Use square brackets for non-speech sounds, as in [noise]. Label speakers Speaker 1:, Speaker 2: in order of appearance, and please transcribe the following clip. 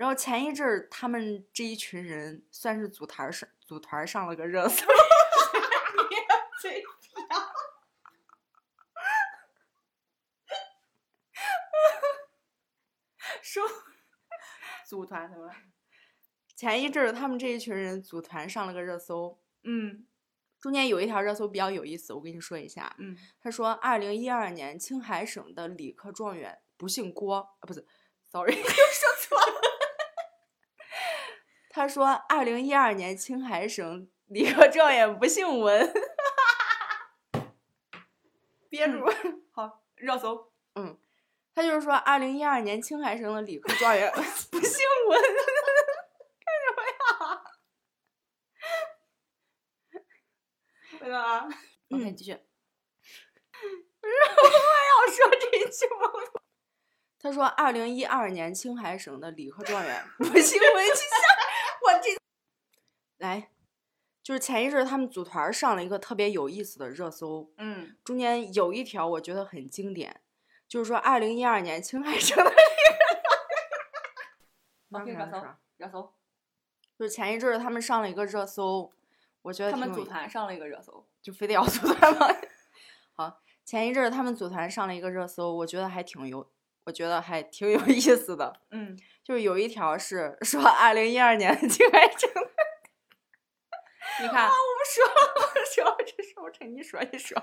Speaker 1: 然后前一阵儿他们这一群人算是组团儿上组团儿上了个热搜，
Speaker 2: 对，
Speaker 1: 说
Speaker 2: 组团怎么了？
Speaker 1: 前一阵儿他们这一群人组团上了个热搜，
Speaker 2: 嗯
Speaker 1: 中间有一条热搜比较有意思，我跟你说一下。啊
Speaker 2: 嗯，
Speaker 1: 他说，二零一二年青海省的理科状元不姓郭啊，不是，sorry，又说 [laughs] 错了。他说，二零一二年青海省理科状元不姓文。 [laughs] 憋住。
Speaker 2: 好，热搜。
Speaker 1: 嗯他就是说，二零一二年青海省的理科状元 [laughs] 不姓文。
Speaker 2: [laughs] 对了啊，
Speaker 1: OK，
Speaker 2: 继续。
Speaker 1: 要说这一句
Speaker 2: [laughs]
Speaker 1: 吗？他说，二零一二年青海省的理科状元不姓文，你下我这来，就是前一阵儿他们组团儿上了一个特别有意思的热搜，
Speaker 2: 嗯，
Speaker 1: 中间有一条我觉得很经典，就是说二零一二年青海省
Speaker 2: [laughs]
Speaker 1: 的
Speaker 2: 好
Speaker 1: 理
Speaker 2: 热
Speaker 1: 科
Speaker 2: 搜
Speaker 1: 状元，
Speaker 2: 热搜。
Speaker 1: 就是前一阵儿他们上了一个热搜，我觉得
Speaker 2: 他们
Speaker 1: 挺有
Speaker 2: 组
Speaker 1: 意
Speaker 2: 团上了一个热搜。
Speaker 1: 就非得要组团吗？ [laughs] 好，前一阵儿他们组团上了一个热搜，我觉得还挺有，我觉得还挺有意思的。
Speaker 2: 嗯，
Speaker 1: 就是有一条是说二零一二年的青海省，
Speaker 2: 你看，啊
Speaker 1: 我不说了，我不说了，这事我趁你说一说。